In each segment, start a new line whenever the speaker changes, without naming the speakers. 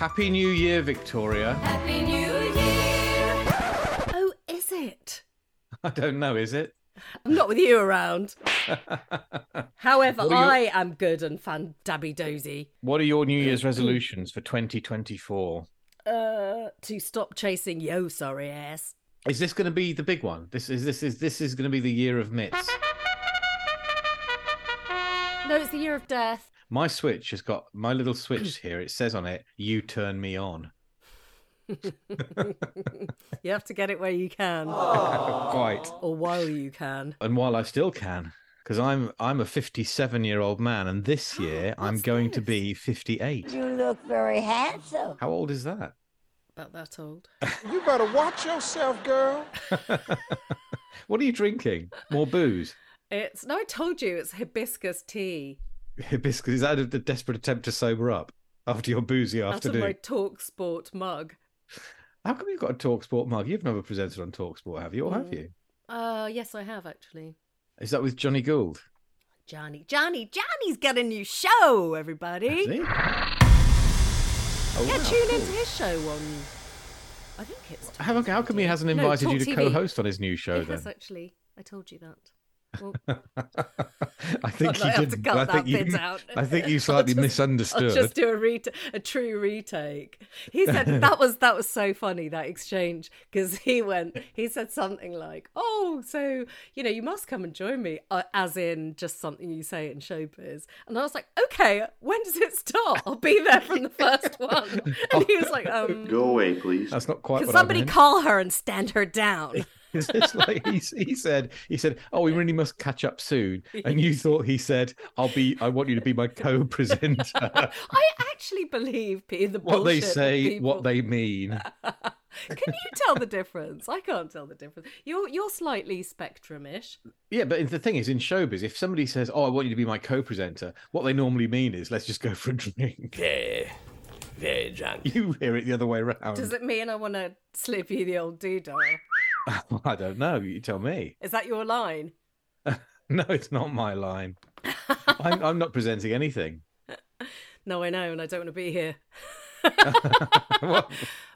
Happy New Year, Victoria.
Happy New Year.
Oh, is it?
I don't know, is it?
I'm not with you around. However,
What are your-
I am good and fan dabby dozy.
What are your New Year's resolutions for 2024?
Uh, to stop chasing yo sorry ass.
Is this going to be the big one? This is this is this is going to be the year of mitts.
No, it's the year of death.
My switch has got my little switch here. It says on it, "You turn me on."
You have to get it where you can,
Quite.
or while you can.
And while I still can, because I'm I'm a 57 year old man, and this year I'm
What's
going to
this?
be 58.
Oh, You look very handsome.
How old is that?
About that old.
You better watch yourself, girl.
What are you drinking? More booze?
It's no, I told you it's hibiscus tea
Hibiscus? Is that a, a desperate attempt to sober up after your boozy afternoon?
out of my talk sport mug.
How come you've got a Talksport mug? You've never presented on Talksport, have you? Or have
Mm.
you?
Uh, yes, I have actually.
Is that with Johnny Gould?
Johnny, Johnny, Johnny's got a new show, everybody.
Is he? Oh,
Yeah,
wow,
tune
cool.
into his show on. I think it's.
How, how come he
Talk
hasn't
TV. No,
invited you
Talk
to
TV.
co-host on his new show
He
Oh, then?
has actually. I told you that. Well,
I think
I
you
have to
did.
cut
I
that
think you.
bit out.
I think you
I'll
slightly
just- I'll
misunderstood.
just do a reta a true retake. He said that was that was so funny that exchange because he went. He said something like, "Oh, so you know you must come and join me," uh, as in just something you say in showbiz. And I was like, "Okay, when does it start? I'll be there from the first one." And he was like, um,
Go away, please.
That's not quite
"Can
what I
somebody
meant.
call her and stand her down?"
It's just like he, he said. He said, "Oh, we really must catch up soon." And you thought he said, "I'll be. I want you to be my co-presenter."
I actually believe P- the
what they
bullshit that
say,
people-
what they mean.
Can you tell the difference? I can't tell the difference. You're you're slightly spectrum-ish.
Yeah, but the thing is, in showbiz, if somebody says, "Oh, I want you to be my co-presenter," what they normally mean is, "Let's just go for a drink."
Very, very drunk.
You hear it the other way around.
Does it mean I want to slip you the old doodah?
I don't know. You tell me.
Is that your line?
No, it's not my line. I'm, I'm not presenting anything.
No, I know, and I don't want to be here.
Well,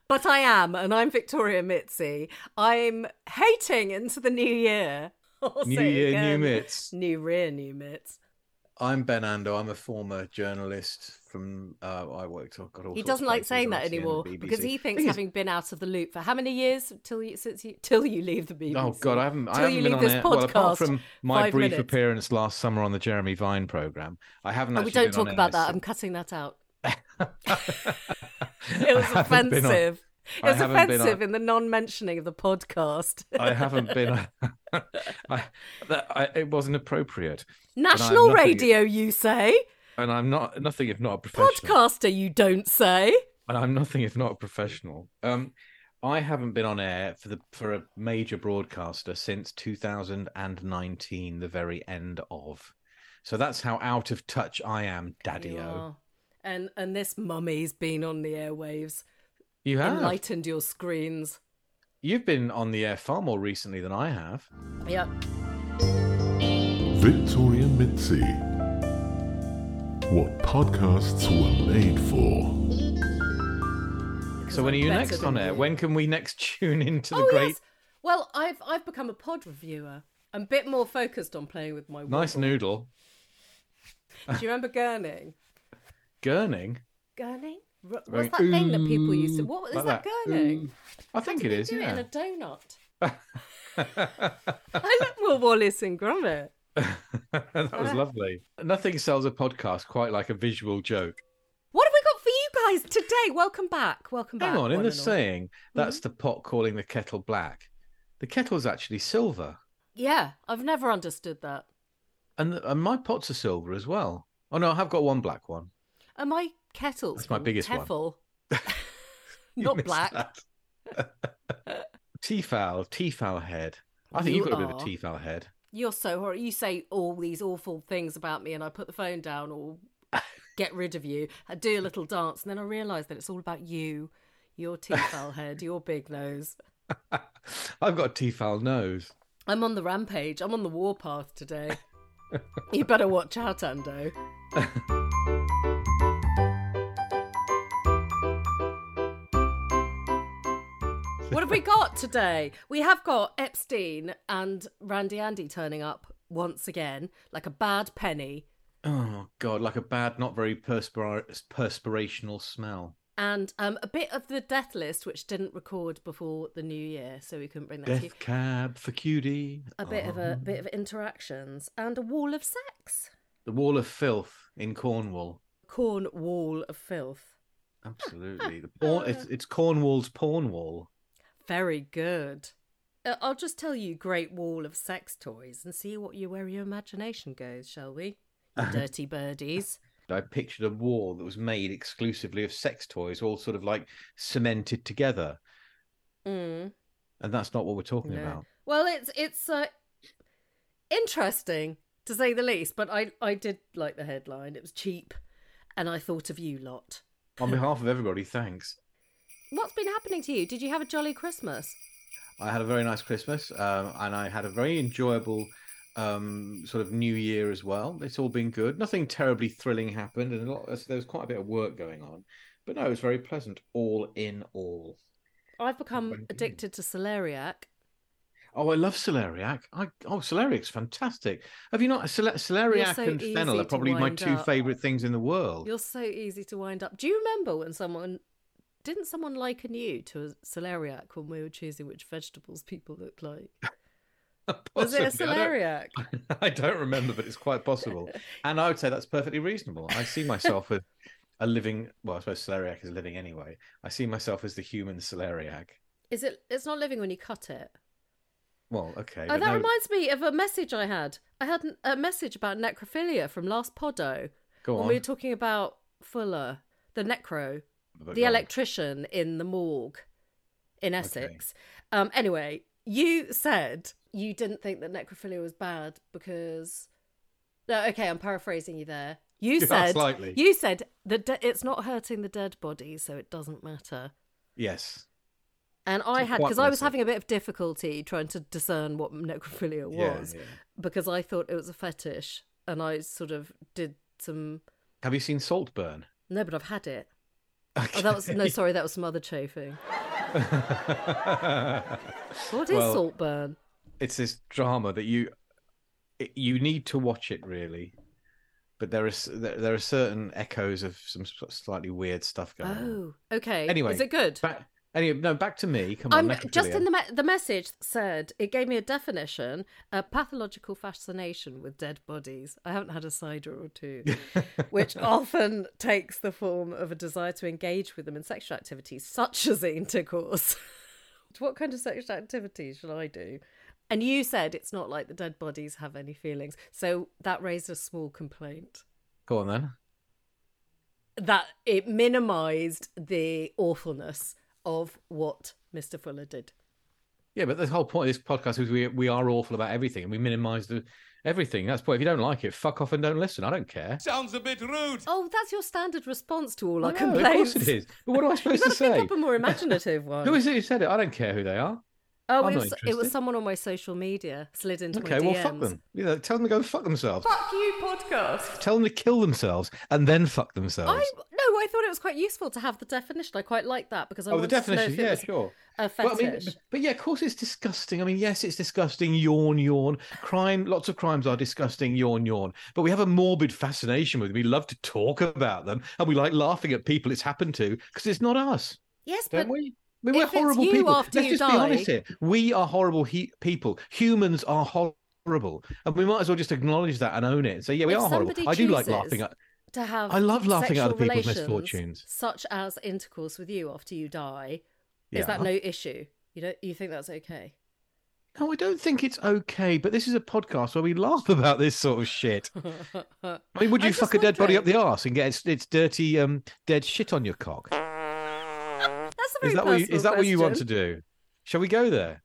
But I am, and I'm Victoria Mitzi. I'm hating into the new year. I'll
new
say it
year,
again.
new mitts.
New rear, new mitts.
I'm Ben Ando. I'm a former journalist from. Uh, I worked. I've got all. sorts
He
of
doesn't like
places,
saying that
RTN,
anymore
BBC.
because he thinks
Thing is-
having been out of the loop for how many years till you since you till you leave the BBC.
Oh God, I haven't. I
Till
haven't
you
been
leave
on
this
air. Well, apart
podcast,
from my
five
brief
minutes.
appearance last summer on the Jeremy Vine program, I haven't.
Oh, we
actually
don't
been on
talk about
air
that.
since-
I'm cutting that out.
I
It was
haven't been on-
offensive. It
I
was
haven't been on-
offensive in the non-mentioning of the podcast.
I haven't been. I, that, I, it wasn't appropriate,
National
nothing-
radio, you say?
and I'm not nothing if not a professional.
Podcaster, you don't say?
and I'm nothing if not a professional. Um, I haven't been on air for the for a major broadcaster since 2019, the very end of. So that's how out of touch I am,
You
Daddy-o.
are. And and this mummy's been on the airwaves,
You have.
enlightened your screens.
You've been on the air far more recently than I have.
Yep.
Victoria Mitzi. What podcasts were made for.
So when are
I'm
you
better
next
than
on air?
you.
When can we next tune into the
Oh
great?
yes. Well, I've I've become a pod reviewer. I'm a bit more focused on playing with my.
Nice
wobble.
noodle,
Do you remember gurning?
Gurning.
Gurning? R-
Right.
What's that thing that people used to? What is
like
that,
that.
gurning?
I think it is.
Do
Yeah.
it in a donut. I look more Wallace and Gromit.
that was lovely. Nothing sells a podcast quite like a visual joke.
What have we got for you guys today? Welcome back. Welcome back.
Hang on, in
one
the
and all. Mm-hmm.
saying, that's the pot calling the kettle black. The kettle's actually silver,
Yeah, I've never understood that.
and, and my pots are silver as well. Oh no, I have got one black one.
Are my kettles?
That's my
called
biggest one.
Tefl?
You
Not
missed
black.
that. Teafowl, teafowl head. I think
You
you've got a bit of a
are.
teafowl head.
You're so horrible. You say all these awful things about me, and I put the phone down or get rid of you. I do a little dance, and then I realise that it's all about you, your teafowl head, your big nose.
I've got a teafowl nose.
I'm on the rampage. I'm on the warpath today. you better watch out, Ando. What have we got today? We have got Epstein and Randy Andy turning up once again, like a bad penny,
Oh God, like a bad, not very perspira- perspirational smell.
and um, a bit of the death list, which didn't record before the new year, so we couldn't bring that to you.
Death cab for Oh. cutie.
A bit of a bit of interactions and a wall of sex.
The wall of filth in Cornwall.
Corn wall of filth.
Absolutely, the porn. It's, it's Cornwall's porn wall.
Very good. Uh, I'll just tell you Great Wall of Sex Toys and see what you where your imagination goes, shall we? You dirty birdies.
I pictured a wall that was made exclusively of sex toys, all sort of like cemented together,
Mm,
and that's not what we're talking
no.
about.
Well, it's it's uh, interesting to say the least, but I I did like the headline. It was cheap, and I thought of you lot.
On behalf of everybody, thanks.
What's been happening to you? Did you have a jolly Christmas?
I had a very nice Christmas, um, and I had a very enjoyable um, sort of New Year as well. It's all been good. Nothing terribly thrilling happened, and a lot, there was quite a bit of work going on, but no, it was very pleasant. All in all,
I've become
Thank you.
addicted to celeriac.
oh, I love celeriac. I oh, celeriac's fantastic. Have you not Cel- celeriac
so
and fennel
easy
are
to
probably my
wind
two
up.
favorite things in the world.
You're so easy to wind up. Do you remember when someone didn't someone liken you to a celeriac when we were choosing which vegetables people look like? Was it a
Possibly. I don't-
celeriac?
I don't remember, but it's quite possible. And I would say that's perfectly reasonable. I see myself as a living, well, I suppose celeriac is living anyway. I see myself as the human celeriac.
Is it? It's not living when you cut it.
Well, okay.
Oh,
but
that
no-
reminds me of a message I had. I had an- a message about necrophilia from last podo
go
when
on.
we were talking about Fuller, the necro,
but
the
go on.
electrician in the morgue in
Okay.
Essex. Um, anyway, you said you didn't think that necrophilia was bad because. No, okay, I'm paraphrasing you there. You
Yeah,
said
slightly.
you said that de- it's not hurting the dead body, so it doesn't matter.
Yes.
And I
It's
had
quite
because I was
messy.
having a bit of difficulty trying to discern what necrophilia
Yeah,
was
yeah.
because I thought it was a fetish, and I sort of did some.
Have you seen Saltburn?
No, but I've had it. Oh, that was no, sorry, that was some other chafing. What is
Well,
saltburn?
It's this drama that you it- you need to watch it really, but there is there, there are certain echoes of some s- slightly weird stuff going on.
Oh, okay.
Anyway,
is it good?
Back, anyway, no, back to me. Come on,
I'm just
necrophilia.
in the me- the message said it gave me a definition: a pathological fascination with dead bodies. I haven't had a cider or two, which often takes the form of a desire to engage with them in sexual activities such as intercourse. what kind of sexual activities shall I do? And you said it's not like the dead bodies have any feelings, so that raised a small complaint
Go on then.
that it minimised the awfulness of what Mr. Fuller did.
Yeah, but the whole point of this podcast is we we are awful about everything and we minimise the everything. That's the point. If you don't like it, fuck off and don't listen. I don't care.
Sounds a bit rude.
Oh, that's your standard response to all our
No, of
complaints.
course it is. But what am I
You've
supposed
got
to
to think
say?
up a more imaginative one.
Who is it who said it? I don't care who they are.
oh,
I'm not
it was, it was
interested.
someone on my social media slid into
Okay,
my
well,
DMs.
fuck them. You know, tell them to go and fuck themselves.
Fuck you, podcast.
Tell them to kill themselves and then fuck themselves.
I no, I thought it was quite useful to have the definition. I quite like that because I
oh, the
wanted to know
definition.
if it
Yeah,
was
sure.
a
Well,
fetish.
I mean, b- but yeah, of course it's disgusting. I mean, yes, it's disgusting. Yawn, yawn. Crime, lots of crimes are disgusting. Yawn, yawn. But we have a morbid fascination with them. We love to talk about them, and we like laughing at people it's happened to because it's not us,
yes,
don't
but
we? I mean, we're
if it's
horrible
you
people.
after
Let's
you
just be honest
die-
here. We are horrible he- people. Humans are horrible, and we might as well just acknowledge that and own it. and Say, yeah, we
If
are horrible.
somebody
I do like
chooses-
laughing at.
to have
I love laughing at
sexual
other people's
relations,
misfortunes.
such as intercourse with you after you die. Is that
Yeah.
no issue? You don't you think that's okay?
No, I don't think it's okay, but this is a podcast where we laugh about this sort of shit. I mean, would
I'm
you fuck
just
a dead body up
wondering.
the arse and get its, its dirty, um, dead shit on your cock?
That's a very
Is that what you,
personal
is that what you want to
question.
do? Shall we go there?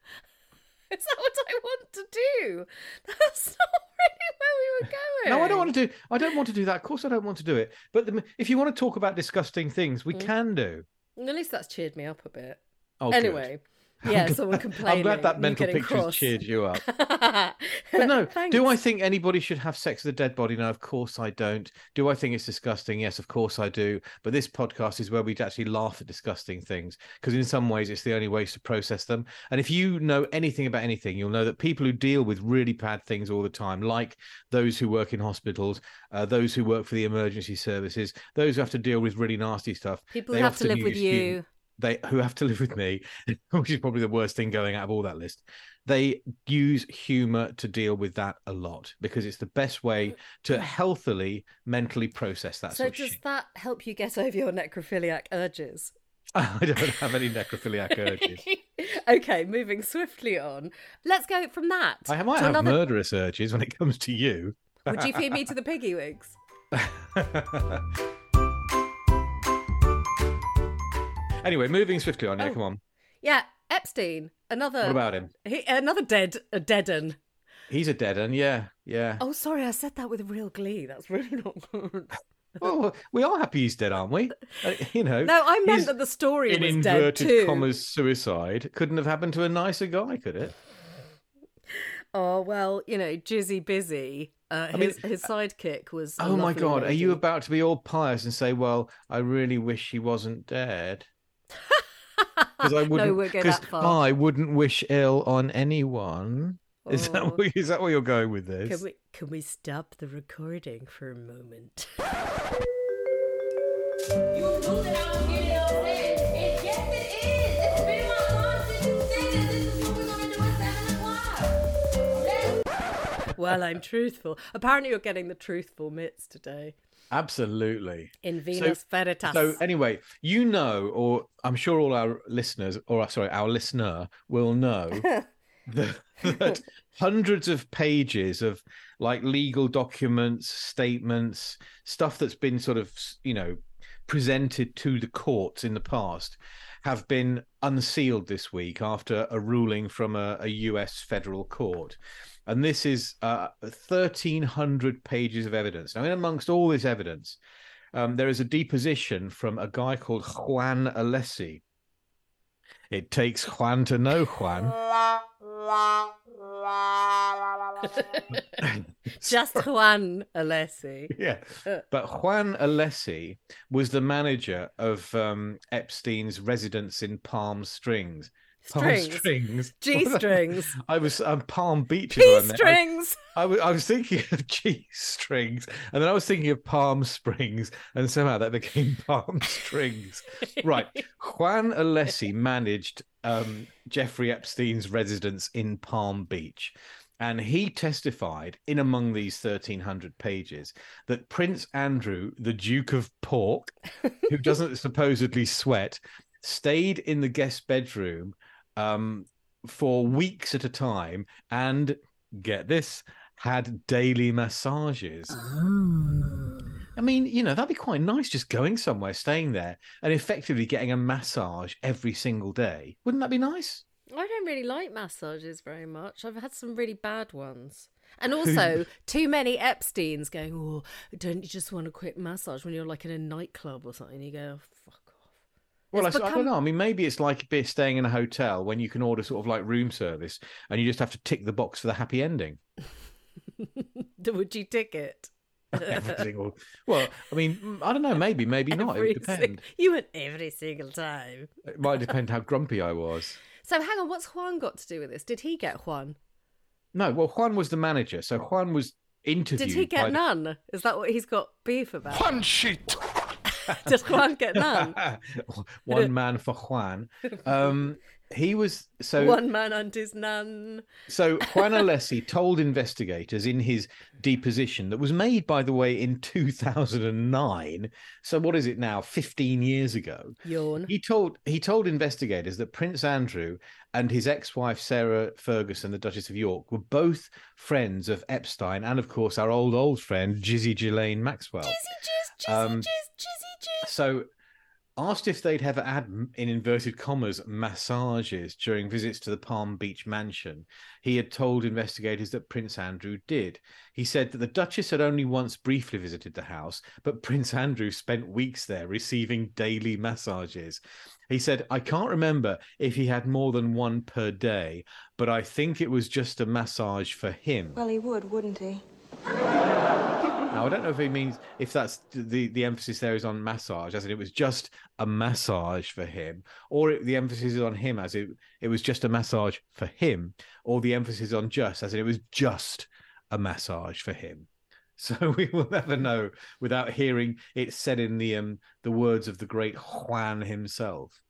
Is that what I want to do? That's not really where we were going.
No, I don't want to do. I don't want to do that. Of course, I don't want to do it. But the, if you want
Mm.
to talk about disgusting things, we can do.
At least that's cheered me up a bit.
Oh, good.
anyway, Yeah, someone
I'm
complaining.
glad that
you
mental
getting
pictures
cross.
cheered you up.
but
But no, do I think anybody should have sex with a dead body? No, of course I don't. Do I think it's disgusting? Yes, of course I do. But this podcast is where we'd actually laugh at disgusting things because, in some ways, it's the only ways to process them. And if you know anything about anything, you'll know that people who deal with really bad things all the time, like those who work in hospitals, uh, those who work for the emergency services, those who have to deal with really nasty stuff,
People
they
have to
often
live with
use human-
you.
they who have to live with me, which is probably the worst thing going out of all that list. They use humor to deal with that a lot because it's the best way to healthily mentally process that
So
sort of
does
shit.
that help you get over your necrophiliac urges?
I don't have any necrophiliac urges.
okay, moving swiftly on. Let's go from that
I might
to
have
another.
murderous urges when it comes to you.
Would you feed me to the piggy wigs?
anyway, moving swiftly on. Yeah,
Oh. uh,
come on.
Yeah, Epstein. Another.
What about him?
He, another dead, a deaden.
He's a dead end. Yeah, yeah.
Oh, sorry, I said that with real glee. That's really not good.
Well, Oh, we are happy he's dead, aren't we? Uh, you know.
No, I meant
he's-
that the story
in
was dead
inverted
too.
commas suicide couldn't have happened to a nicer guy, could it?
Oh well, you know, Jizzy Busy. Uh,
mean,
his his sidekick was. a
oh my
lovely
God, are you
lady.
about to be all pious and say, "Well, I really wish he wasn't dead"? Because I wouldn't.
won't go
'cause
that far.
I wouldn't wish ill on anyone. Is
Oh.
that what, is that where you're going with this?
Can we can we stop the recording for a moment?
You moved it out of your damn head. And yes, it is. It's been in my mind since you said that this is what we're gonna do at seven o'clock. Let's
well, I'm truthful. Apparently, you're getting the truthful mitts today
Absolutely.
in Venus Veritas.
So anyway, you know, or I'm sure all our listeners, or uh, sorry, our listener will know that, that hundreds of pages of like legal documents, statements, stuff that's been sort of, you know, presented to the courts in the past have been unsealed this week after a ruling from a, a US federal court. And this is uh, 1,300 pages of evidence. Now, in amongst all this evidence, um, there is a deposition from a guy called Juan Alessi. It takes Juan to know Juan.
Oh. just Juan Alessi.
yeah.
Uh.
But Juan Alessi was the manager of um, Epstein's residence in Palm Strings. Palm
Strings.
Strings.
G strings.
I was um, Palm Beaches.
P
on there. I-
strings.
I wa- I was thinking of G strings, and then I was thinking of Palm Springs, and somehow that became Palm Strings. right. Juan Alessi managed um, Jeffrey Epstein's residence in Palm Beach. And he testified in among these 1,300 pages that Prince Andrew, the Duke of Pork, who doesn't supposedly sweat, stayed in the guest bedroom um, for weeks at a time and get this, had daily massages.
Ah.
I mean, you know, that'd be quite nice just going somewhere, staying there, and effectively getting a massage every single day. Wouldn't that be nice?
I don't really like massages very much. I've had some really bad ones. And also, too many Epsteins going, oh, don't you just want a quick massage when you're like in a nightclub or something? You go, "Oh, fuck off.
Well, I,
It's
s- I
become-
don't know. I mean, maybe it's like a bit staying in a hotel when you can order sort of like room service and you just have to tick the box for the happy ending.
Would you tick it?
Every single. Well, I mean, mm, I don't know. Maybe, maybe not. It
Every
would
sing-
depend.
you went every single time.
It might depend how grumpy I was.
So hang on, what's Juan got to do with this? Did he get Juan?
No, well, Juan was the manager, so Juan was interviewed.
Did he
by
get
the-
none? Is that what he's got beef about?
Punch it.
Did Juan get none?
one man for Juan. Um, he was so
One man and his nun.
so. Juan Alessi told investigators in his deposition that was made, by the way, in 2009. So what is it now? 15 years ago.
Yawn.
He told he told investigators that Prince Andrew and his ex-wife Sarah Ferguson, the Duchess of York, were both friends of Epstein and, of course, our old old friend Jizzy Ghislaine Maxwell.
Jizzy jizz, jizzy
Um,
jizz, jizzy jizz.
So asked if they'd ever had, in inverted commas, massages during visits to the Palm Beach mansion. He had told investigators that Prince Andrew did. He said that the Duchess had only once briefly visited the house, but Prince Andrew spent weeks there receiving daily massages. He said, I can't remember if he had more than one per day, but I think it was just a massage for him.
Well, he would, wouldn't he?
Now, I don't know if he means if that's the the emphasis there is on massage, as in it was just a massage for him, or it, the emphasis is on him as it it was just a massage for him, or the emphasis on just as in it was just a massage for him. So we will never know without hearing it said in the um the words of the great Juan himself.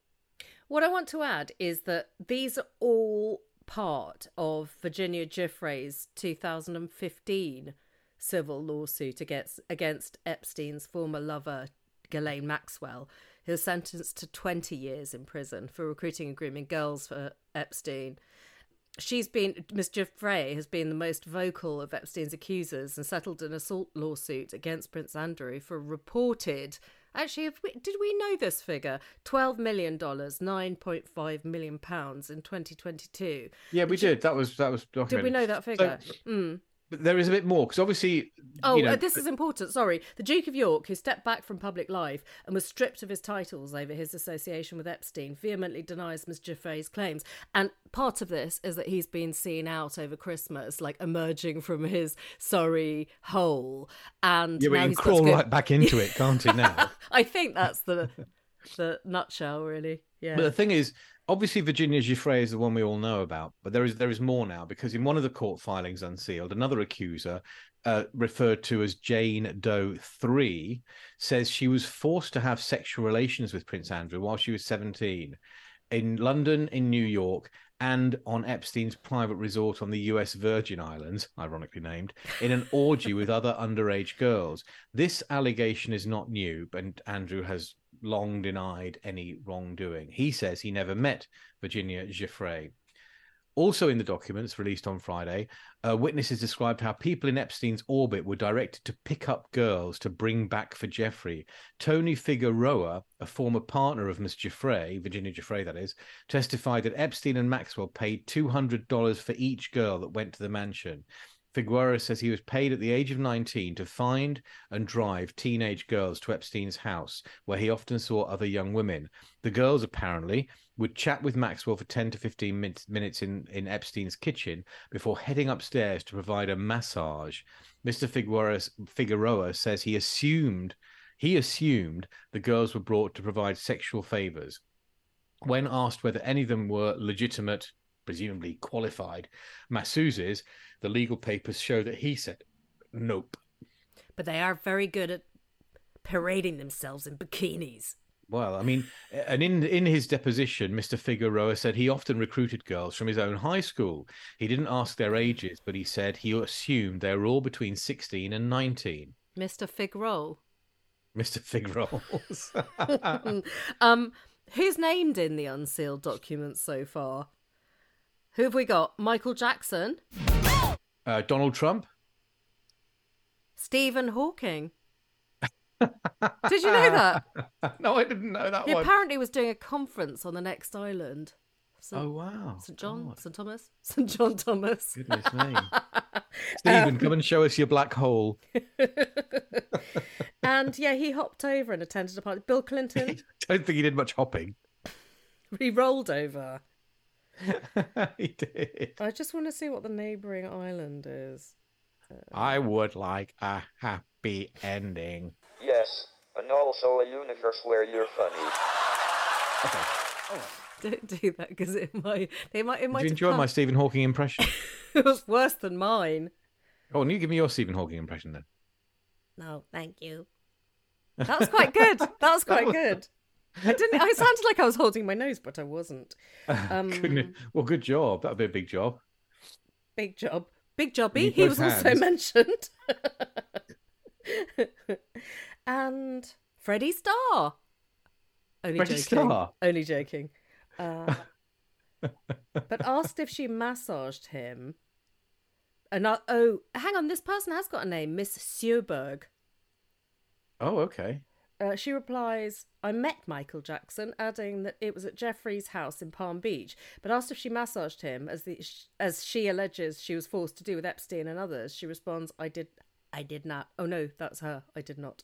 What I want to add is that these are all part of Virginia Giffrey's 2015 civil lawsuit against, against Epstein's former lover, Ghislaine Maxwell, who was sentenced to 20 years in prison for recruiting and grooming girls for Epstein. She's been, Miss Giffrey has been the most vocal of Epstein's accusers and settled an assault lawsuit against Prince Andrew for reported Actually, have we, did we know this figure? $12 million, £9.5 million pounds in 2022.
Yeah, we did. That was that was.
Did we know that figure? mm.
But there is a bit more because obviously.
Oh,
you know,
uh, this is important. Sorry. The Duke of York, who stepped back from public life and was stripped of his titles over his association with Epstein, vehemently denies Miss Giffrey's claims. And part of this is that he's been seen out over Christmas, like emerging from his sorry hole. And
yeah, we
now
can
he's got
crawl
to go-
right back into it, can't he? Now.
I think that's the the nutshell, really. Yeah.
But the thing is, obviously Virginia Giffrey is the one we all know about, but there is there is more now because in one of the court filings unsealed, another accuser, uh, referred to as Jane Doe Three, says she was forced to have sexual relations with Prince Andrew while she was seventeen, in London, in New York. And on Epstein's private resort on the US Virgin Islands, ironically named, in an orgy with other underage girls. This allegation is not new, and Andrew has long denied any wrongdoing. He says he never met Virginia Giffrey. Also, in the documents released on Friday, uh, witnesses described how people in Epstein's orbit were directed to pick up girls to bring back for Jeffrey. Tony Figueroa, a former partner of Miss Giffrey, Virginia Giffrey, that is, testified that Epstein and Maxwell paid $200 for each girl that went to the mansion. Figueroa says he was paid at the age of 19 to find and drive teenage girls to Epstein's house, where he often saw other young women. The girls apparently would chat with Maxwell for 10 to 15 min- minutes in, in Epstein's kitchen before heading upstairs to provide a massage. Mr. Figueroa, Figueroa says he assumed he assumed the girls were brought to provide sexual favors. When asked whether any of them were legitimate, presumably qualified masseuses, the legal papers show that he said, nope.
but they are very good at parading themselves in bikinis.
Well, I mean, and in in his deposition, Mr. Figueroa said he often recruited girls from his own high school. He didn't ask their ages, but he said he assumed they were all between sixteen and nineteen.
Mr. Fig Roll.
Mr. Figueroa.
Um, who's named in the unsealed documents so far? Who have we got? Michael Jackson,
uh, Donald Trump.
Stephen Hawking. Did you know that?
No, I didn't know that
He
one.
apparently was doing a conference on the next island. St.
Oh wow,
St. John,
God,
St. Thomas, St. John Thomas.
goodness me, Stephen,
Um,
come and show us your black hole.
And yeah, he hopped over and attended a party. Bill Clinton,
Don't think he did much hopping.
he rolled over.
he did.
I just want to see what the neighbouring island is.
I would like a happy ending.
Yes, and also a universe where you're funny.
Don't do that because it might. They might. It might.
Did you
have
enjoy
come-
my Stephen Hawking impression?
it was worse than mine.
Oh, and you give me your Stephen Hawking impression then.
No, thank you. That was quite good. That was quite good. I didn't. I sounded like I was holding my nose, but I wasn't. Um,
Goodness. Well, good job. That'd be a big job.
big job. Big
You
jobby.
need
He
both
was also
hands.
mentioned. and Freddie Starr. Only
Freddie
joking.
Starr?
Only joking. Uh, but asked if she massaged him. And I- oh, hang on. This person has got a name, Miss Sjöberg.
Oh, okay.
Uh, she replies, I met Michael Jackson, adding that it was at Jeffrey's house in Palm Beach, but asked if she massaged him, as, the, as she alleges she was forced to do with Epstein and others. She responds, I did. I did not. Oh no, that's her. I did not.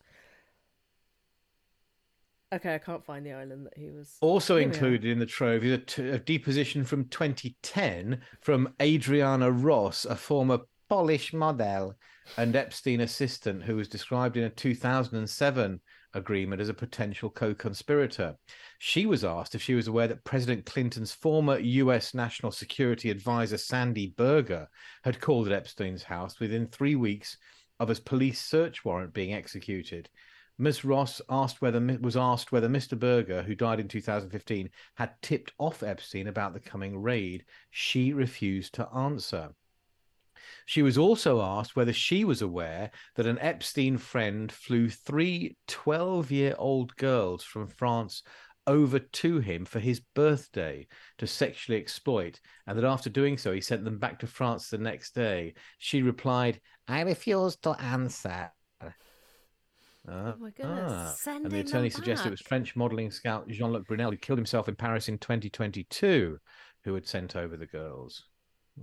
Okay, I can't find the island that he was.
Also
Here we are.
included in the trove is a, t- a deposition from 2010 from Adriana Ross, a former Polish model and Epstein assistant, who was described in a 2007 agreement as a potential co conspirator. She was asked if she was aware that President Clinton's former US National Security Advisor, Sandy Berger, had called at Epstein's house within three weeks of his police search warrant being executed. Ms. Ross asked whether was asked whether Mr. Berger, who died in 2015, had tipped off Epstein about the coming raid. She refused to answer. She was also asked whether she was aware that an Epstein friend flew three 12 year old girls from France over to him for his birthday to sexually exploit, and that after doing so, he sent them back to France the next day. She replied, I refuse to answer. Uh, ah.
Oh my goodness. Sending
and the attorney
them
suggested it was
back.
French modeling scout Jean Luc Brunel, who killed himself in Paris in 2022, who had sent over the girls.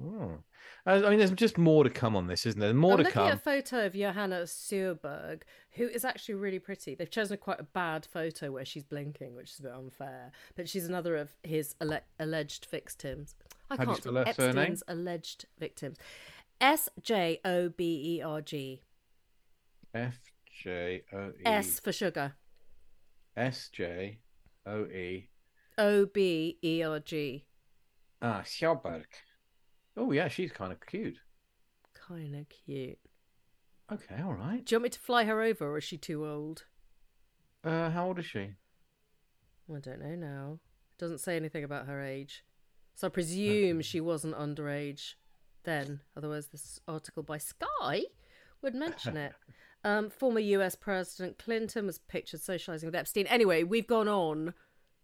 Oh. I I mean, there's just more to come on this, isn't there? More
I'm
to
looking
come.
at a photo of Johanna Surberg, who is actually really pretty. They've chosen quite a bad photo where she's blinking, which is a bit unfair. But she's another of his alle- alleged victims. I
How do you
can't
spell her surname?
Epstein's alleged victims. S J O B E R G.
F J O E
S for sugar.
S J O E.
O B E R G.
Ah, Sjöberg. Oh yeah, she's kind of cute.
Kind of cute.
Okay, all right.
Do you want me to fly her over, or is she too old?
Uh, how old is she?
I don't know now. It doesn't say anything about her age. So I presume she wasn't underage then. Otherwise, this article by Sky would mention it. Um, former US President Clinton was pictured socializing with Epstein. Anyway, we've gone on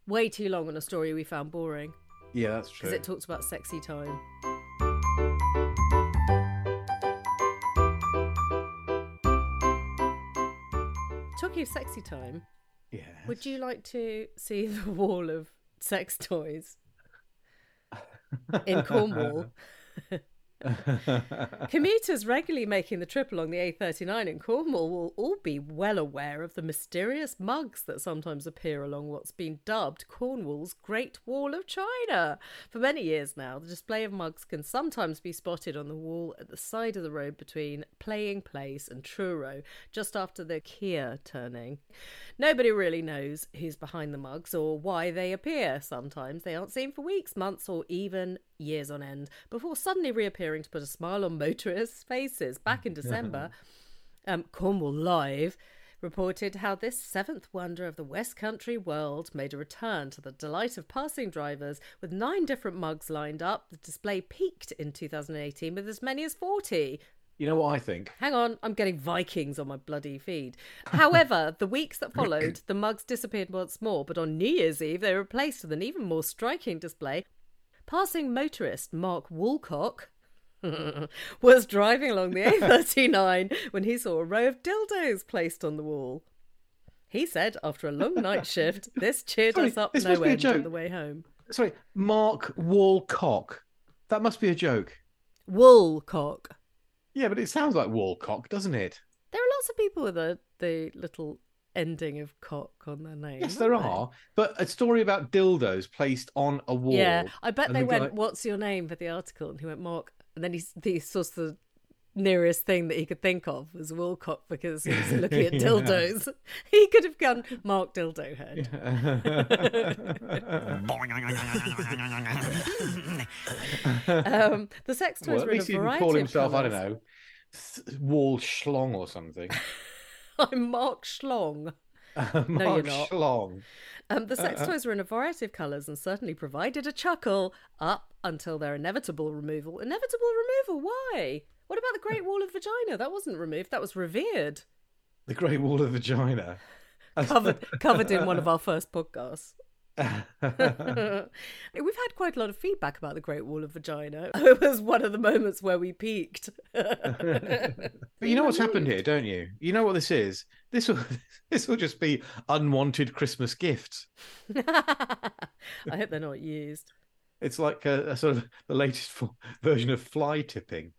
way too long on a story we found boring
Yeah, that's
because
true.
it talks about sexy time. Talking of sexy time,
yeah.
would you like to see the wall of sex toys in Cornwall? Commuters regularly making the trip along the A39 in Cornwall will all be well aware of the mysterious mugs that sometimes appear along what's been dubbed Cornwall's Great Wall of China. For many years now, the display of mugs can sometimes be spotted on the wall at the side of the road between Playing Place and Truro, just after the Kia turning. Nobody really knows who's behind the mugs or why they appear. Sometimes they aren't seen for weeks, months, or even years on end before suddenly reappearing to put a smile on motorists' faces. Back in December, um, Cornwall Live reported how this seventh wonder of the West Country world made a return to the delight of passing drivers with nine different mugs lined up. The display peaked in 2018 with as many as 40.
You know what I think?
Hang on, I'm getting Vikings on my bloody feed. However, the weeks that followed, the mugs disappeared once more, but on New Year's Eve, they were replaced with an even more striking display. Passing motorist Mark Woolcock was driving along the A39 when he saw a row of dildos placed on the wall. He said, after a long night shift, this cheered
Sorry,
us up
this must
no
be a
end on
joke.
the way home.
Sorry, Mark Wallcock. That must be a joke.
Woolcock.
Yeah, but it sounds like Wallcock, doesn't it?
There are lots of people with the, the little ending of cock on their name.
Yes,
aren't
there
they?
are. But a story about dildos placed on a wall.
Yeah, I bet
and
they
the
went,
guy-
"What's your name?" for the article, and he went, "Mark." And then he, s- he sourced the nearest thing that he could think of was Wilcock because he was looking at
Yeah.
dildos. He could have gone Mark Dildo Head. Um, the sex toys
well, at
were in a
least he can
variety
call
of
himself, I don't
colours.
know, s- Wall Schlong or something.
I'm Mark Schlong.
Mark
not.
Schlong.
Um, the sex
Uh-huh.
toys were in a variety of colours and certainly provided a chuckle up until their inevitable removal. Inevitable removal? Why? What about the Great Wall of Vagina? That wasn't removed. That was revered.
The Great Wall of Vagina.
covered covered in one of our first podcasts. We've had quite a lot of feedback about the Great Wall of Vagina. It was one of the moments where we peaked.
But you know what's happened here, don't you? You know what this is? This will this will just be unwanted Christmas gifts.
I hope they're not used.
It's like a, a sort of the latest fo- version of fly tipping.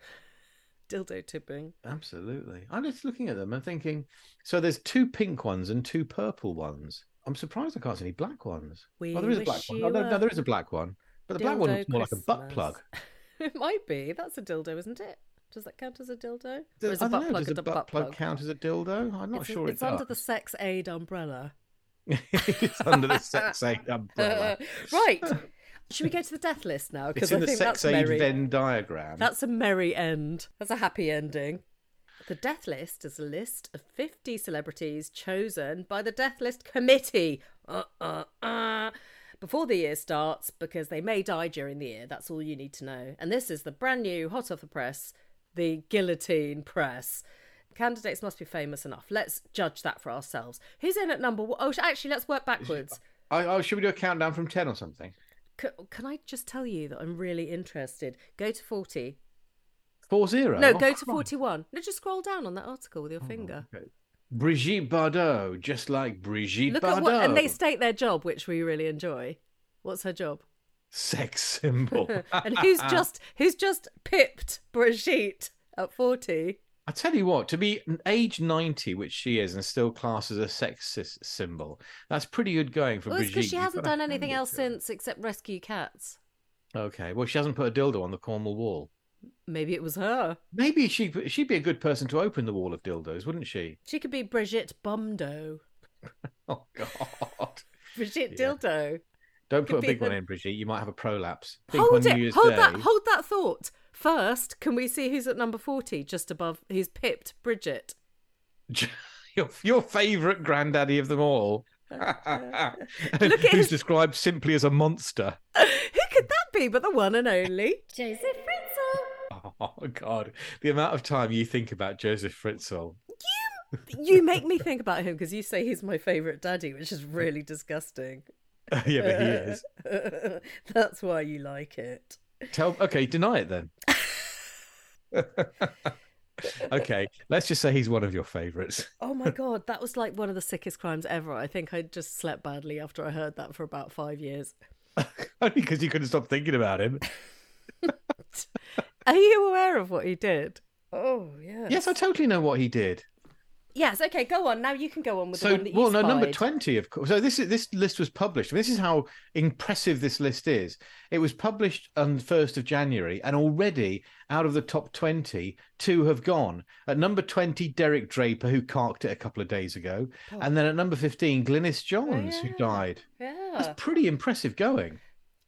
Dildo tipping.
Absolutely. I'm just looking at them and thinking. So there's two pink ones and two purple ones. I'm surprised I can't see any black ones.
We
oh, there is a
wish
black one.
you
Oh, no, no,
a
there is a black one. But the black one
dildo
looks more like a butt
Christmas.
plug.
it might be. That's a dildo, isn't it? Does that count as a dildo?
Does-
or is
I
a
don't
butt
know,
plug
does
a butt plug?
count as a dildo? I'm not
it's
sure.
it's
it
under the
does.
sex aid umbrella.
it's under the sex aid umbrella.
right. Should we go to the death list now?
uh, It's
Because I
in the
think
sex
that's
aid
merry.
Venn diagram.
That's a merry end. That's a happy ending. The death list is a list of 50 celebrities chosen by the death list committee. Uh, uh, uh. Before the year starts, because they may die during the year. That's all you need to know. And this is the brand new, hot off the press, the guillotine press. Candidates must be famous enough. Let's judge that for ourselves. Who's in at number one? Oh, sh- actually, let's work backwards.
I, oh, should we do a countdown from ten or something?
C- can I just tell you that I'm really interested? Go to 40.
Four zero.
No, go to 41. No, just scroll down on that article with your finger.
Brigitte Bardot, just like Brigitte
Look
Bardot.
at what, and they state their job, which we really enjoy. What's her job?
sex symbol.
And who's just who's just pipped Brigitte at 40?
I tell you what, to be n- age ninety, which she is, and still classed as a sex s- symbol, that's pretty good going for
Well, it's
Brigitte.
because she
You've
hasn't
gotta
done
hand
anything
it
else
to her.
since except rescue cats.
Okay, well, she hasn't put a dildo on the Cornwall Wall.
Maybe it was her.
Maybe she she'd be a good person to open the wall of dildos, wouldn't she?
She could be Brigitte Bumdo.
Oh God!
Brigitte
Yeah.
Dildo.
Don't
Could
put a
be
big one
the-
in, Brigitte. You might have a prolapse. Think
Hold
on New
it.
Year's
Hold
Day.
that hold that thought. First, can we see who's at number 40 just above who's pipped Bridget?
your, your favorite granddaddy of them all. Who's
his-
described simply as a monster.
Who could that be but the one and only?
Joseph Fritzl.
Oh God! The amount of time you think about Joseph Fritzl.
You make me think about him because you say he's my favourite daddy, which is really disgusting.
yeah, but he is.
That's why you like it.
Tell okay, deny it then. okay, let's just say he's one of your favorites.
Oh my god, that was like one of the sickest crimes ever. I think I just slept badly after I heard that for about five years.
Only because you couldn't stop thinking about him.
Are you aware of what he did? Oh yes.
Yes, I totally know what he did.
Yes. Okay, go on. Now you can go on with the
So,
one that you
well, no, number
spied.
twenty, of course. So this is this list was published. This is how impressive this list is. It was published on first of January, and already out of the top twenty, two have gone. At number twenty, Derek Draper, who carked it a couple of days ago, and then at number fifteen, Glynis Johns, who
Oh, yeah.
died.
Yeah.
That's pretty impressive going.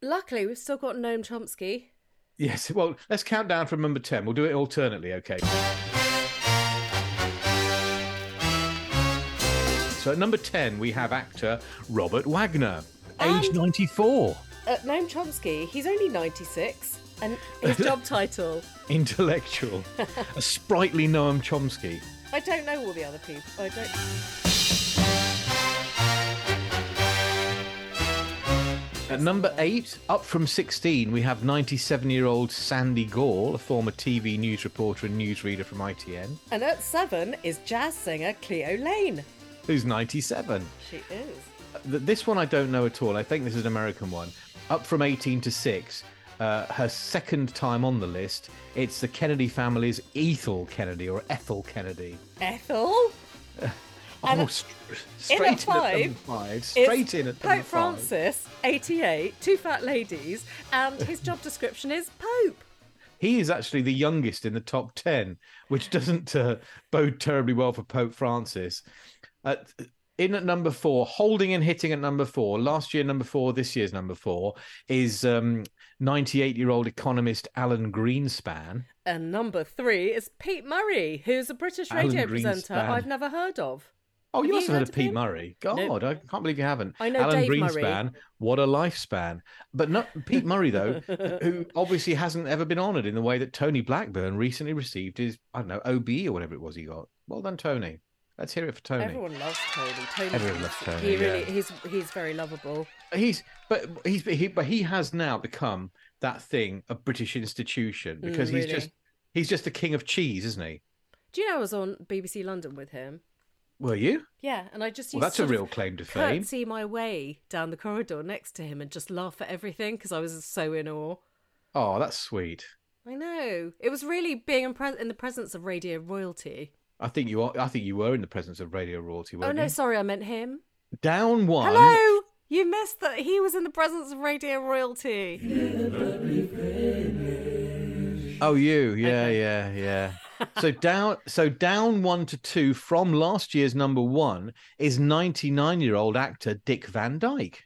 Luckily, we've still got Noam Chomsky.
Yes. Well, let's count down from number ten. We'll do it alternately, okay? So at number ten, we have actor Robert Wagner, age ninety-four.
Uh, Noam Chomsky. He's only ninety-six, and his job title.
intellectual, a sprightly Noam Chomsky.
I don't know all the other people. I don't.
At number eight, up from 16, we have 97 year old Sandy Gall, a former TV news reporter and newsreader from ITN,
And at seven is jazz singer Cleo Lane.
who's 97.
She is.
Th- This one I don't know at all. I think this is an American one. Up from 18 to 6, uh, her second time on the list, it's the Kennedy family's Ethel Kennedy or Ethel Kennedy.
Ethel. And
oh, st- straight in at,
five,
number five.
is
Straight in at number five.
Pope Francis, 88, two fat ladies, and his job description is Pope.
he is actually the youngest in the top 10 which doesn't uh, bode terribly well for pope francis at, in at number four holding and hitting at number four last year number four this year's number four is 98 year old economist alan greenspan
And number three is Pete Murray, who's a British radio
Alan
presenter
Greenspan.
I've never heard of.
oh you
Have
must
you
have heard
heard
of
of
pete
him?
murray god i can't believe you haven't
I know
alan
Dave Murray.
greenspan what a lifespan but not pete murray though who obviously hasn't ever been honored in the way that tony blackburn recently received his i don't know obe or whatever it was he got well done tony let's hear it for tony
Everyone loves Tony. Tony
Everyone loves Tony,
He really,
yeah.
he's he's very lovable.
he's but he's he, but he has now become that thing a british institution because he's
Mm, really.
just he's just the king of cheese isn't he
Do you know I was on BBC London with him?
Were you?
Yeah, and I just
Well,
used
that's
to
a
sort of
real claim to fame.
curtsy my way down the corridor next to him and just laugh at everything because I was so in awe.
Oh, that's sweet.
I know it was really being in, pres in the presence of radio royalty.
I think you are. I think you were in the presence of radio royalty.
oh
Weren't
no,
you?
sorry, I meant him.
Down one.
Hello, you missed that. He was in the presence of radio royalty.
Oh, you. Yeah, yeah, yeah. so down. So down one to two from last year's number one is 99-year-old actor Dick Van Dyke,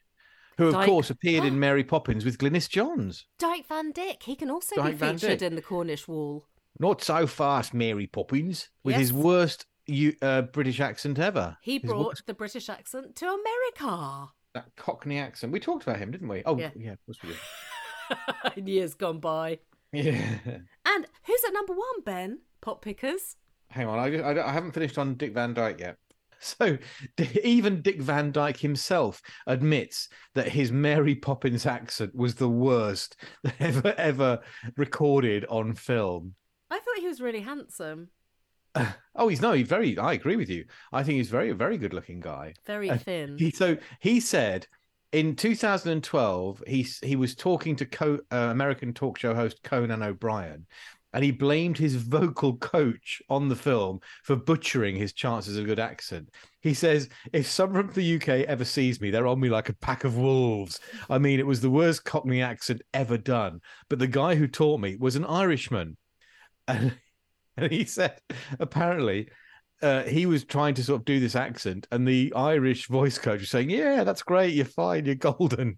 who of
Dyke. Oh.
course appeared in Mary Poppins with Glynis Johns.
Dyke Van Dyck. He can also
Dyke
be
Van
featured
Dyck.
in the Cornish Wall.
Not so fast, Mary Poppins, with
Yes.
his worst you, uh, British accent ever.
He
His
brought
worst-
the British accent to America
that Cockney accent. We talked about him, didn't we? Oh, yeah,
Yeah.
of course we did.
in years gone by.
Yeah.
And who's at number one, Ben? Pop Pickers.
Hang on, I, I, don't- I haven't finished on Dick Van Dyke yet. So D- even Dick Van Dyke himself admits that his Mary Poppins accent was the worst ever ever recorded on film.
I thought he was really handsome.
Oh, he's no, he's very. I agree with you. I think he's very a very good looking guy.
Very
Uh,
thin.
He, so he said in 2012 he s- he was talking to co- uh, American talk show host Conan O'Brien and he blamed his vocal coach on the film for butchering his chances of a good accent. He says, "If someone from the UK ever sees me, they're on me like a pack of wolves. I mean, it was the worst Cockney accent ever done, but the guy who taught me was an Irishman." And, and he said, apparently, uh, he was trying to sort of do this accent, and the Irish voice coach was saying, "Yeah, that's great. You're fine. You're golden."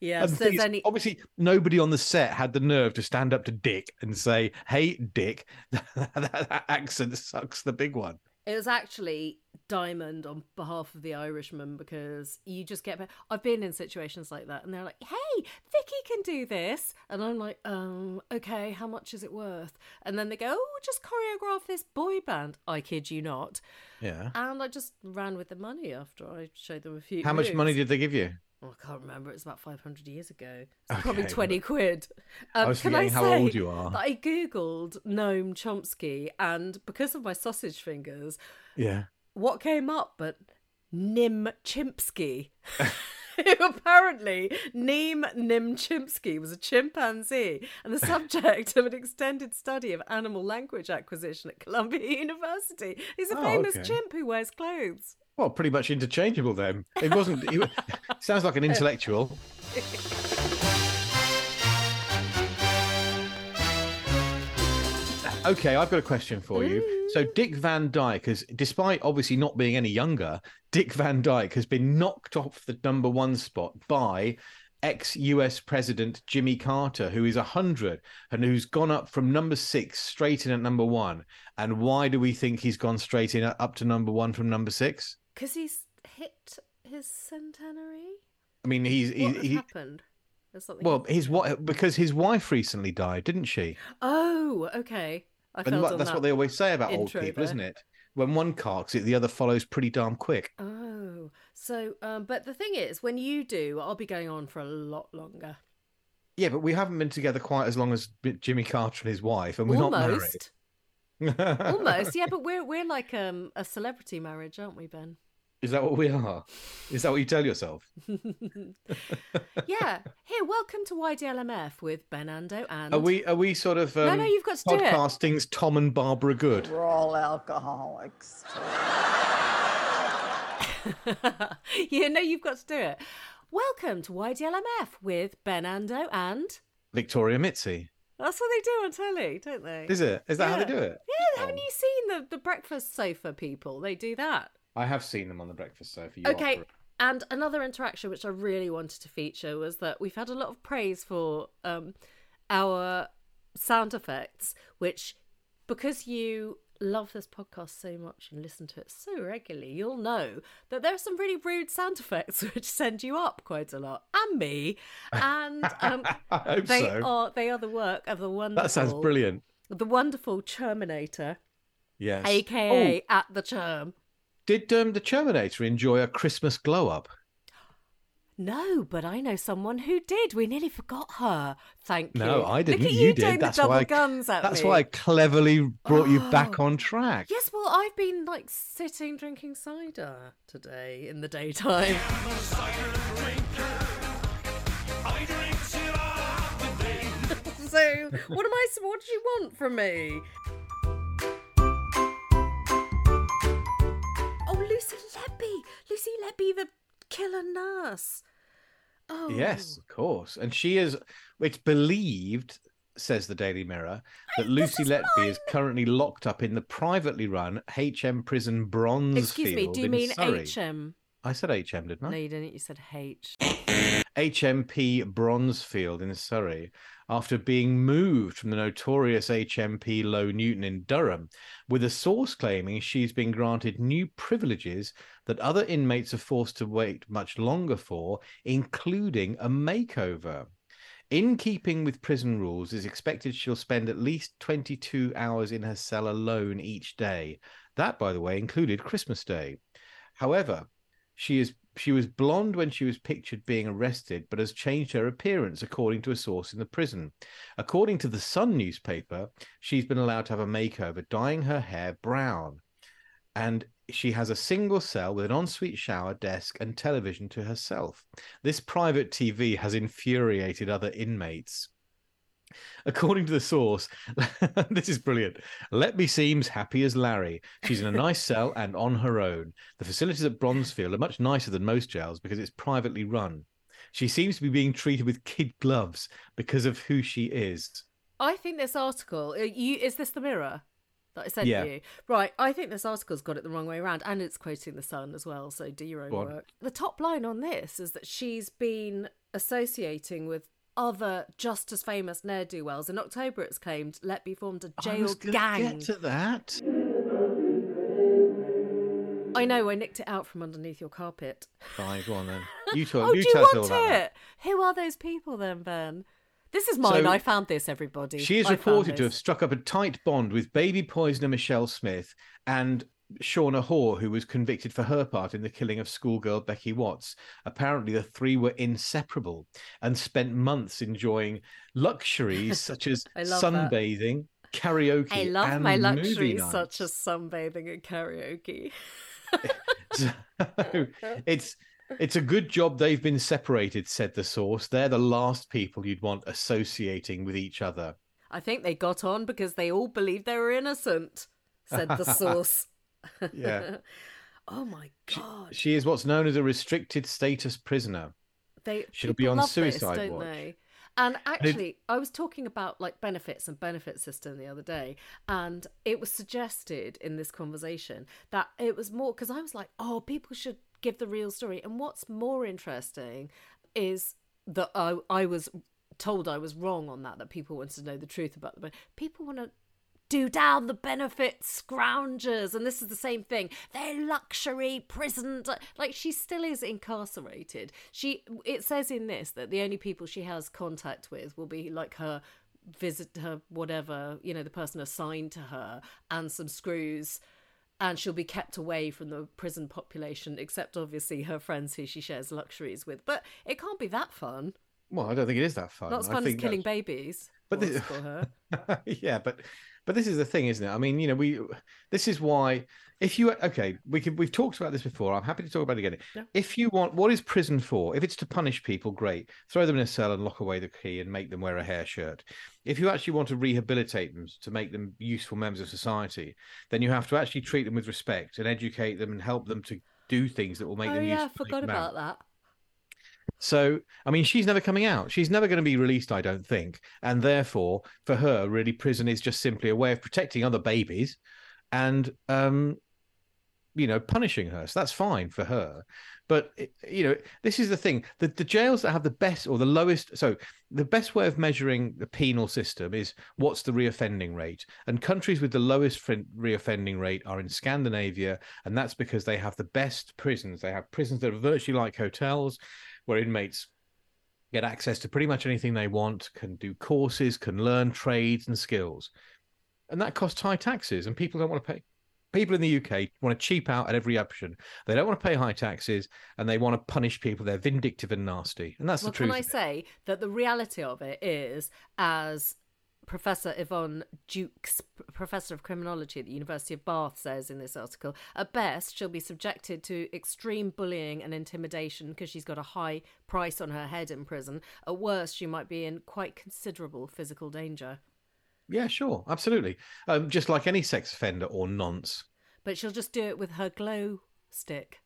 yeah,
And um,
so
the
there's
thing is,
only
obviously nobody on the set had the nerve to stand up to Dick and say, "Hey, Dick, that, that accent sucks. The big one."
It was actually Diamond on behalf of the Irishman because you just get. I've been in situations like that, and they're like, "Hey, Vicky can do this," and I'm like, "Um, okay, how much is it worth?" And then they go, "Oh, just choreograph this boy band." I kid you not,
Yeah.
and I just ran with the money after I showed them a few.
How much money
moves.
did they give you?
Oh, I can't remember. It was about 500 years ago. It's probably
Okay.
20 quid. Um,
I was
can I
forgetting how old
say
you are.
that I Googled Noam Chomsky, and because of my sausage fingers,
Yeah.
what came up but Nim Chimpsky. who apparently Neem Nim Chimpsky was a chimpanzee and the subject of an extended study of animal language acquisition at Columbia University. He's a
Oh,
famous
okay.
chimp who wears clothes.
Well, pretty much interchangeable then. It wasn't. It sounds like an intellectual. Okay, I've got a question for you. So, Dick Van Dyke has, despite obviously not being any younger, Dick Van Dyke has been knocked off the number one spot by ex US President Jimmy Carter, who is 100 and who's gone up from number six straight in at number one. And why do we think he's gone straight in at- up to number one from number six?
Because he's hit his centenary?
I mean, he's. he-
What has
he,
happened? There's something
well, his what because his wife recently died, didn't she?
Oh, okay. I
And
felt
what,
on
that's
that.
what they always say about old
intro
people,
there.
isn't it? When one carks it, the other follows pretty damn quick.
Oh, so um, but the thing is, when you do, I'll be going on for a lot longer.
Yeah, but we haven't been together quite as long as B- Jimmy Carter and his wife, and we're
Almost.
not married.
Almost, yeah, but we're we're like um, a celebrity marriage, aren't we, Ben?
Is that what we are? Is that what you tell yourself?
Yeah. Here, welcome to YDLMF with Ben Ando and
Are we? Are we sort of? Um,
No, no, you've got to do it.
podcasting's Tom and Barbara Good.
We're all alcoholics.
yeah, no, you've got to do it. Welcome to YDLMF with Ben Ando and
Victoria Mitzi.
that's what they do on telly, don't they?
Is it? Oh. Is that how they
Yeah.
do it?
Yeah, haven't you seen the the breakfast sofa people? They do that.
I have seen them on the breakfast sofa. You are
Okay.
correct.
And another interaction which I really wanted to feature was that we've had a lot of praise for um, our sound effects, which because you love this podcast so much and listen to it so regularly, you'll know that there are some really rude sound effects which send you up quite a lot, and me. And um,
I hope
they
so.
are they are the work of the wonderful
That sounds brilliant.
the wonderful Terminator,
Yes.
aka
Oh,
at the Term.
did um, the Terminator enjoy a Christmas glow up?
No, but I know someone who did. We nearly forgot her. Thank you.
No, I didn't.
Look at
you,
you,
did.
doing
That's
the double
why. I,
guns at
that's
me.
why I cleverly brought you back
Oh.
on track.
Yes, well, I've been like sitting drinking cider today in the daytime. so, what am I? s- What do you want from me? Oh, Lucy Lebby, Lucy Lebby, the killer nurse. Oh,
Yes, of course. And she is, it's believed, says the Daily Mirror, that Lucy
is
Letby is currently locked up in the privately run HM Prison Bronzefield.
Excuse me. Do you
in
mean
Surrey.
HM?
I said HM, didn't I?
No, you didn't. You said H.
HMP Bronzefield in Surrey after being moved from the notorious HMP Low Newton in Durham, with a source claiming she's been granted new privileges that other inmates are forced to wait much longer for, including a makeover. In keeping with prison rules, it's expected she'll spend at least 22 hours in her cell alone each day. That, by the way, included Christmas Day. However, she is she was blonde when she was pictured being arrested, but has changed her appearance according to a source in the prison. According to the Sun newspaper, she's been allowed to have a makeover, dyeing her hair brown. And she has a single cell with an ensuite shower, desk, and television to herself. This private TV has infuriated other inmates. According to the source, this is brilliant. Let me seems happy as Larry. She's in a nice cell and on her own. The facilities at Bronzefield are much nicer than most jails because it's privately run. She seems to be being treated with kid gloves because of who she is.
I think this article. uh, You is this the Mirror that I sent
Yeah.
you? Right. I think this article's got it the wrong way around, and it's quoting the Sun as well. So do your own
Go on.
work. The top line on this is that she's been associating with other just as famous ne'er do wells. In October, it's claimed Letby formed a
I
jail
was gonna
gang.
Get to that.
I know. I nicked it out from underneath your carpet.
Fine, go on then. You talk.
oh,
you
do you
tell us all
want
about that.
it? Who are those people then, Ben? This is mine.
So-
I found this. Everybody.
She is
I found
reported to have
this.
struck up a tight bond with baby poisoner Michelle Smith and Shauna Hoare, who was convicted for her part in the killing of schoolgirl Becky Watts. Apparently, the three were inseparable and spent months enjoying luxuries such as
I love that.
sunbathing, karaoke,
I love
and
my
movie
luxuries
nights.
such as sunbathing and karaoke.
So, it's it's a good job they've been separated, said the source. They're the last people you'd want associating with each other.
I think they got on because they all believed they were innocent, said the source.
Yeah.
oh my god.
She is what's known as a restricted status prisoner.
They
she'll
people
be on
love this,
suicide
don't
watch.
they? And actually, I was talking about like benefits and benefit system the other day, and it was suggested in this conversation that it was more because I was like, oh, people should give the real story. And what's more interesting is that I, I was told I was wrong on that, that people wanted to know the truth about the But people want to do down the benefit scroungers. And this is the same thing. They're luxury prison. d- Like she still is incarcerated. She it says in this that the only people she has contact with will be like her visit her whatever, you know, the person assigned to her and some screws and she'll be kept away from the prison population except obviously her friends who she shares luxuries with. But it can't be that fun.
Well, I don't think it is that fun.
Not as
I
fun as
think
killing
that's-
babies.
But
was
the-
for her.
yeah, but but this is the thing, isn't it? I mean, you know, we this is why if you okay, we can we've talked about this before. I'm happy to talk about it again.
Yeah.
If you want, what is prison for? If it's to punish people, great. Throw them in a cell and lock away the key and make them wear a hair shirt. If you actually want to rehabilitate them to make them useful members of society, then you have to actually treat them with respect and educate them and help them to do things that will make
Oh
them
yeah, I
useful to
forgot
make them out.
about that.
So, I mean, she's never coming out. She's never going to be released, I don't think. And therefore, for her, really, prison is just simply a way of protecting other babies and, um, you know, punishing her. So that's fine for her. But, it- you know, this is the thing the, the jails that have the best or the lowest. So, the best way of measuring the penal system is what's the reoffending rate. And countries with the lowest fri- reoffending rate are in Scandinavia. And that's because they have the best prisons. They have prisons that are virtually like hotels where inmates get access to pretty much anything they want, can do courses, can learn trades and skills. And that costs high taxes, and people don't want to pay people in the UK want to cheap out at every option. They don't want to pay high taxes and they want to punish people. They're vindictive and nasty. And that's
well,
the truth.
can I say that the reality of it is, as Professor Yvonne Dukes, p- Professor of Criminology at the University of Bath, says in this article, at best she'll be subjected to extreme bullying and intimidation because she's got a high price on her head in prison. At worst, she might be in quite considerable physical danger.
Yeah, sure. Absolutely. Um, just like any sex offender or nonce.
But she'll just do it with her glow stick.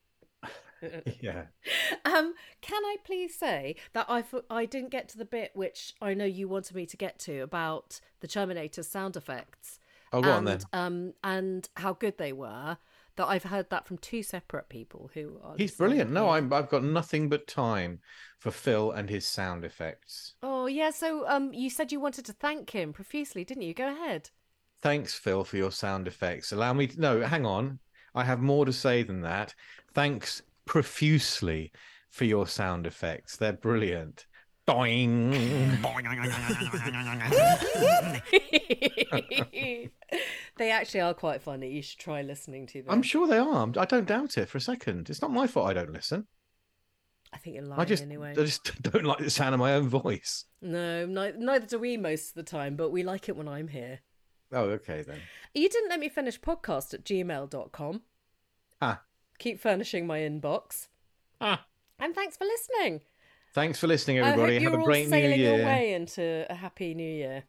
Uh,
Yeah.
Um, can I please say that I, f- I didn't get to the bit which I know you wanted me to get to about the Terminator sound effects
Oh, go on
and
then.
um and how good they were. That I've heard that from two separate people who are.
He's
listening.
brilliant. No, I'm, I've got nothing but time for Phil and his sound effects.
Oh yeah, so um, you said you wanted to thank him profusely, didn't you? Go ahead.
Thanks, Phil, for your sound effects. Allow me to, no, hang on. I have more to say than that. Thanks profusely for your sound effects. They're brilliant. Boing.
they actually are quite funny. You should try listening to them.
I'm sure they are. I don't doubt it for a second. It's not my fault I don't listen.
I think you're
I
lying
just
anyway.
I just don't like the sound of my own voice.
No, ni- neither do we most of the time, but we like it when I'm here.
Oh, okay then.
You didn't let me finish podcast at gmail.com.
Ah.
Keep furnishing my inbox.
Ah.
And thanks for listening.
Thanks for listening,
I
everybody. Have
hope you're
a
all
great new
sailing your
year.
way into a happy new year.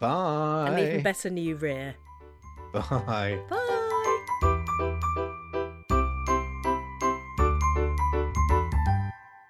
Bye.
And even better new year.
Bye.
Bye.